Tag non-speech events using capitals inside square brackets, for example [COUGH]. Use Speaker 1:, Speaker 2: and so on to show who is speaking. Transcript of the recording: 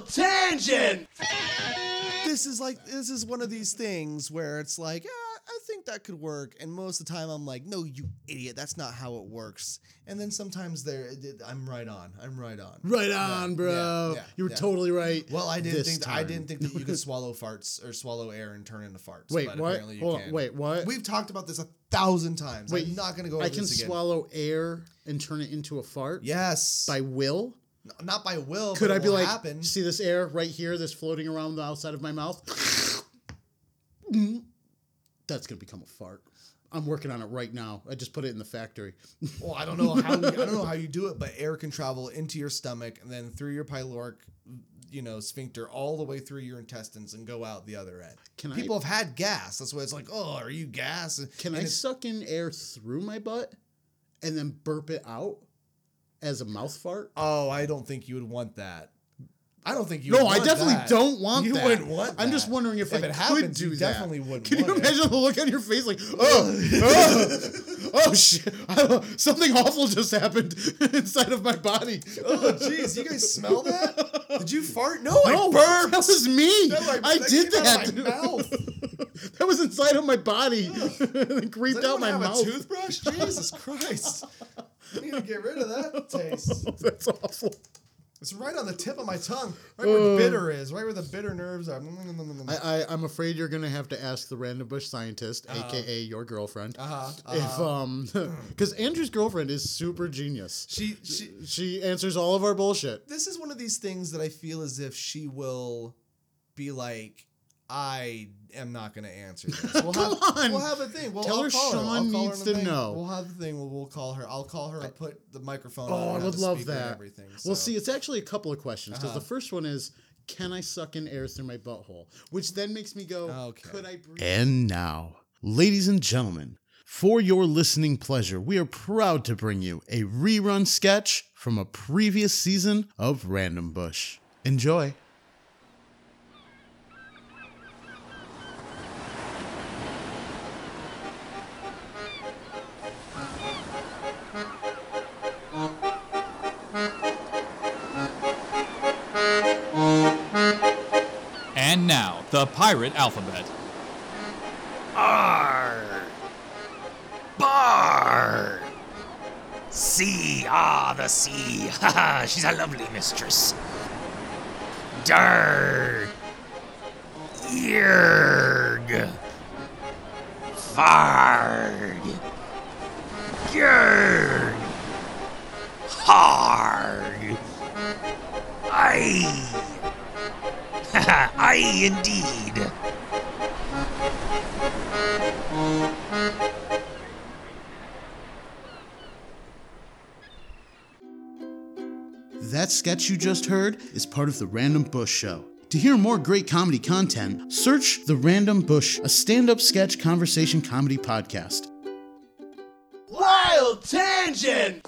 Speaker 1: tangent.
Speaker 2: this is like this is one of these things where it's like "Ah, i think that could work and most of the time i'm like no you idiot that's not how it works and then sometimes there i'm right on i'm right on
Speaker 1: Right
Speaker 2: Yeah,
Speaker 1: on, bro.
Speaker 2: yeah, yeah,
Speaker 1: you were
Speaker 2: yeah.
Speaker 1: totally right.
Speaker 2: well i didn't
Speaker 1: this
Speaker 2: think i
Speaker 1: time.
Speaker 2: didn't think that you
Speaker 1: [LAUGHS]
Speaker 2: could swallow farts or swallow air and turn into farts
Speaker 1: Wait,
Speaker 2: but
Speaker 1: what?
Speaker 2: apparently you
Speaker 1: Hold on,
Speaker 2: can.
Speaker 1: wait, what?
Speaker 2: we've talked about this a thousand times i'm
Speaker 1: Wait,
Speaker 2: not gonna go over
Speaker 1: I can
Speaker 2: this again
Speaker 1: swallow air and turn it into a fart.
Speaker 2: yes
Speaker 1: By will?
Speaker 2: N- not by will
Speaker 1: Could
Speaker 2: but
Speaker 1: I
Speaker 2: it
Speaker 1: be
Speaker 2: will
Speaker 1: like,
Speaker 2: happen
Speaker 1: see this air right here that's floating around the outside of my mouth? [LAUGHS] that's going to become a fart. I'm working on it right now. I just put it in the factory. [LAUGHS]
Speaker 2: Well, I don't know how you, I don't know how you do it, but air can travel into your stomach and then through your pyloric, you know, sphincter all the way through your intestines and go out the other end.
Speaker 1: Can I-
Speaker 2: People have had gas. That's why it's like, oh, are you gas?
Speaker 1: Can
Speaker 2: And
Speaker 1: I
Speaker 2: it's-
Speaker 1: suck in air through my butt and then burp it out as a mouth fart?
Speaker 2: Oh, I don't think you would want that. I don't think you.
Speaker 1: No,
Speaker 2: would
Speaker 1: I
Speaker 2: want
Speaker 1: definitely
Speaker 2: that.
Speaker 1: don't want
Speaker 2: you
Speaker 1: that.
Speaker 2: wouldn't want.
Speaker 1: I'm just
Speaker 2: that.
Speaker 1: wondering if,
Speaker 2: If
Speaker 1: I
Speaker 2: it
Speaker 1: could
Speaker 2: happens,
Speaker 1: do
Speaker 2: you
Speaker 1: that.
Speaker 2: definitely wouldn't
Speaker 1: Can you
Speaker 2: want it.
Speaker 1: imagine the look on your face, like, oh, oh, oh, shit, I don't, something awful just happened [LAUGHS] inside of my body.
Speaker 2: [LAUGHS] Oh,
Speaker 1: [LAUGHS]
Speaker 2: jeez, you guys smell that? Did you fart? No,
Speaker 1: No,
Speaker 2: I burped.
Speaker 1: that was me.
Speaker 2: That, like,
Speaker 1: I
Speaker 2: that
Speaker 1: did
Speaker 2: came out
Speaker 1: that.
Speaker 2: of my mouth.
Speaker 1: [LAUGHS] that was inside of my body. [LAUGHS] it
Speaker 2: Does
Speaker 1: creeped
Speaker 2: anyone
Speaker 1: out my
Speaker 2: have
Speaker 1: mouth.
Speaker 2: a toothbrush? Jesus Christ! I need to get rid of that taste.
Speaker 1: [LAUGHS] That's awful.
Speaker 2: It's right on the tip of my tongue, right where the bitter is, right where the bitter nerves are. Uh
Speaker 1: Uh.
Speaker 2: [LAUGHS]
Speaker 1: I, I, I'm afraid you're gonna have to ask the random bush scientist, aka your girlfriend,
Speaker 2: huh.
Speaker 1: if um, [LAUGHS] because Andrew's girlfriend is super genius.
Speaker 2: She she.
Speaker 1: She answers all of our bullshit.
Speaker 2: This is one of these things that I feel as if she will be like, I am not going to answer
Speaker 1: [LAUGHS]
Speaker 2: this. We'll
Speaker 1: Come
Speaker 2: have,
Speaker 1: on.
Speaker 2: We'll have a thing. We'll,
Speaker 1: Tell
Speaker 2: I'll
Speaker 1: her
Speaker 2: call I'll
Speaker 1: Sean
Speaker 2: call
Speaker 1: needs
Speaker 2: on
Speaker 1: to
Speaker 2: the thing.
Speaker 1: know.
Speaker 2: We'll have the thing. We'll, we'll call her. I'll call her. I'll put the microphone.
Speaker 1: Oh,
Speaker 2: on
Speaker 1: I
Speaker 2: and
Speaker 1: would
Speaker 2: the
Speaker 1: love
Speaker 2: speaker
Speaker 1: that.
Speaker 2: And everything. So.
Speaker 1: Well, see, it's actually a couple of questions because
Speaker 2: Uh-huh.
Speaker 1: the first one is, can I suck in air through my butthole? Which then makes me go,
Speaker 2: Okay.
Speaker 1: could I breathe? And now, ladies and gentlemen, for your listening pleasure, we are proud to bring you a rerun sketch from a previous season of Random Bush. Enjoy.
Speaker 3: And now, the pirate alphabet.
Speaker 4: R. Bar. Sea. Ah, the sea. [LAUGHS] Ha ha. She's a lovely mistress. Dar. Yerg. Farg. Yerg. Harg. Aye. Ha ha. [LAUGHS] Aye, indeed.
Speaker 1: That sketch you just heard is part of the Random Bush Show. To hear more great comedy content, search The Random Bush, a stand up sketch conversation comedy podcast.
Speaker 2: Wild Tangent!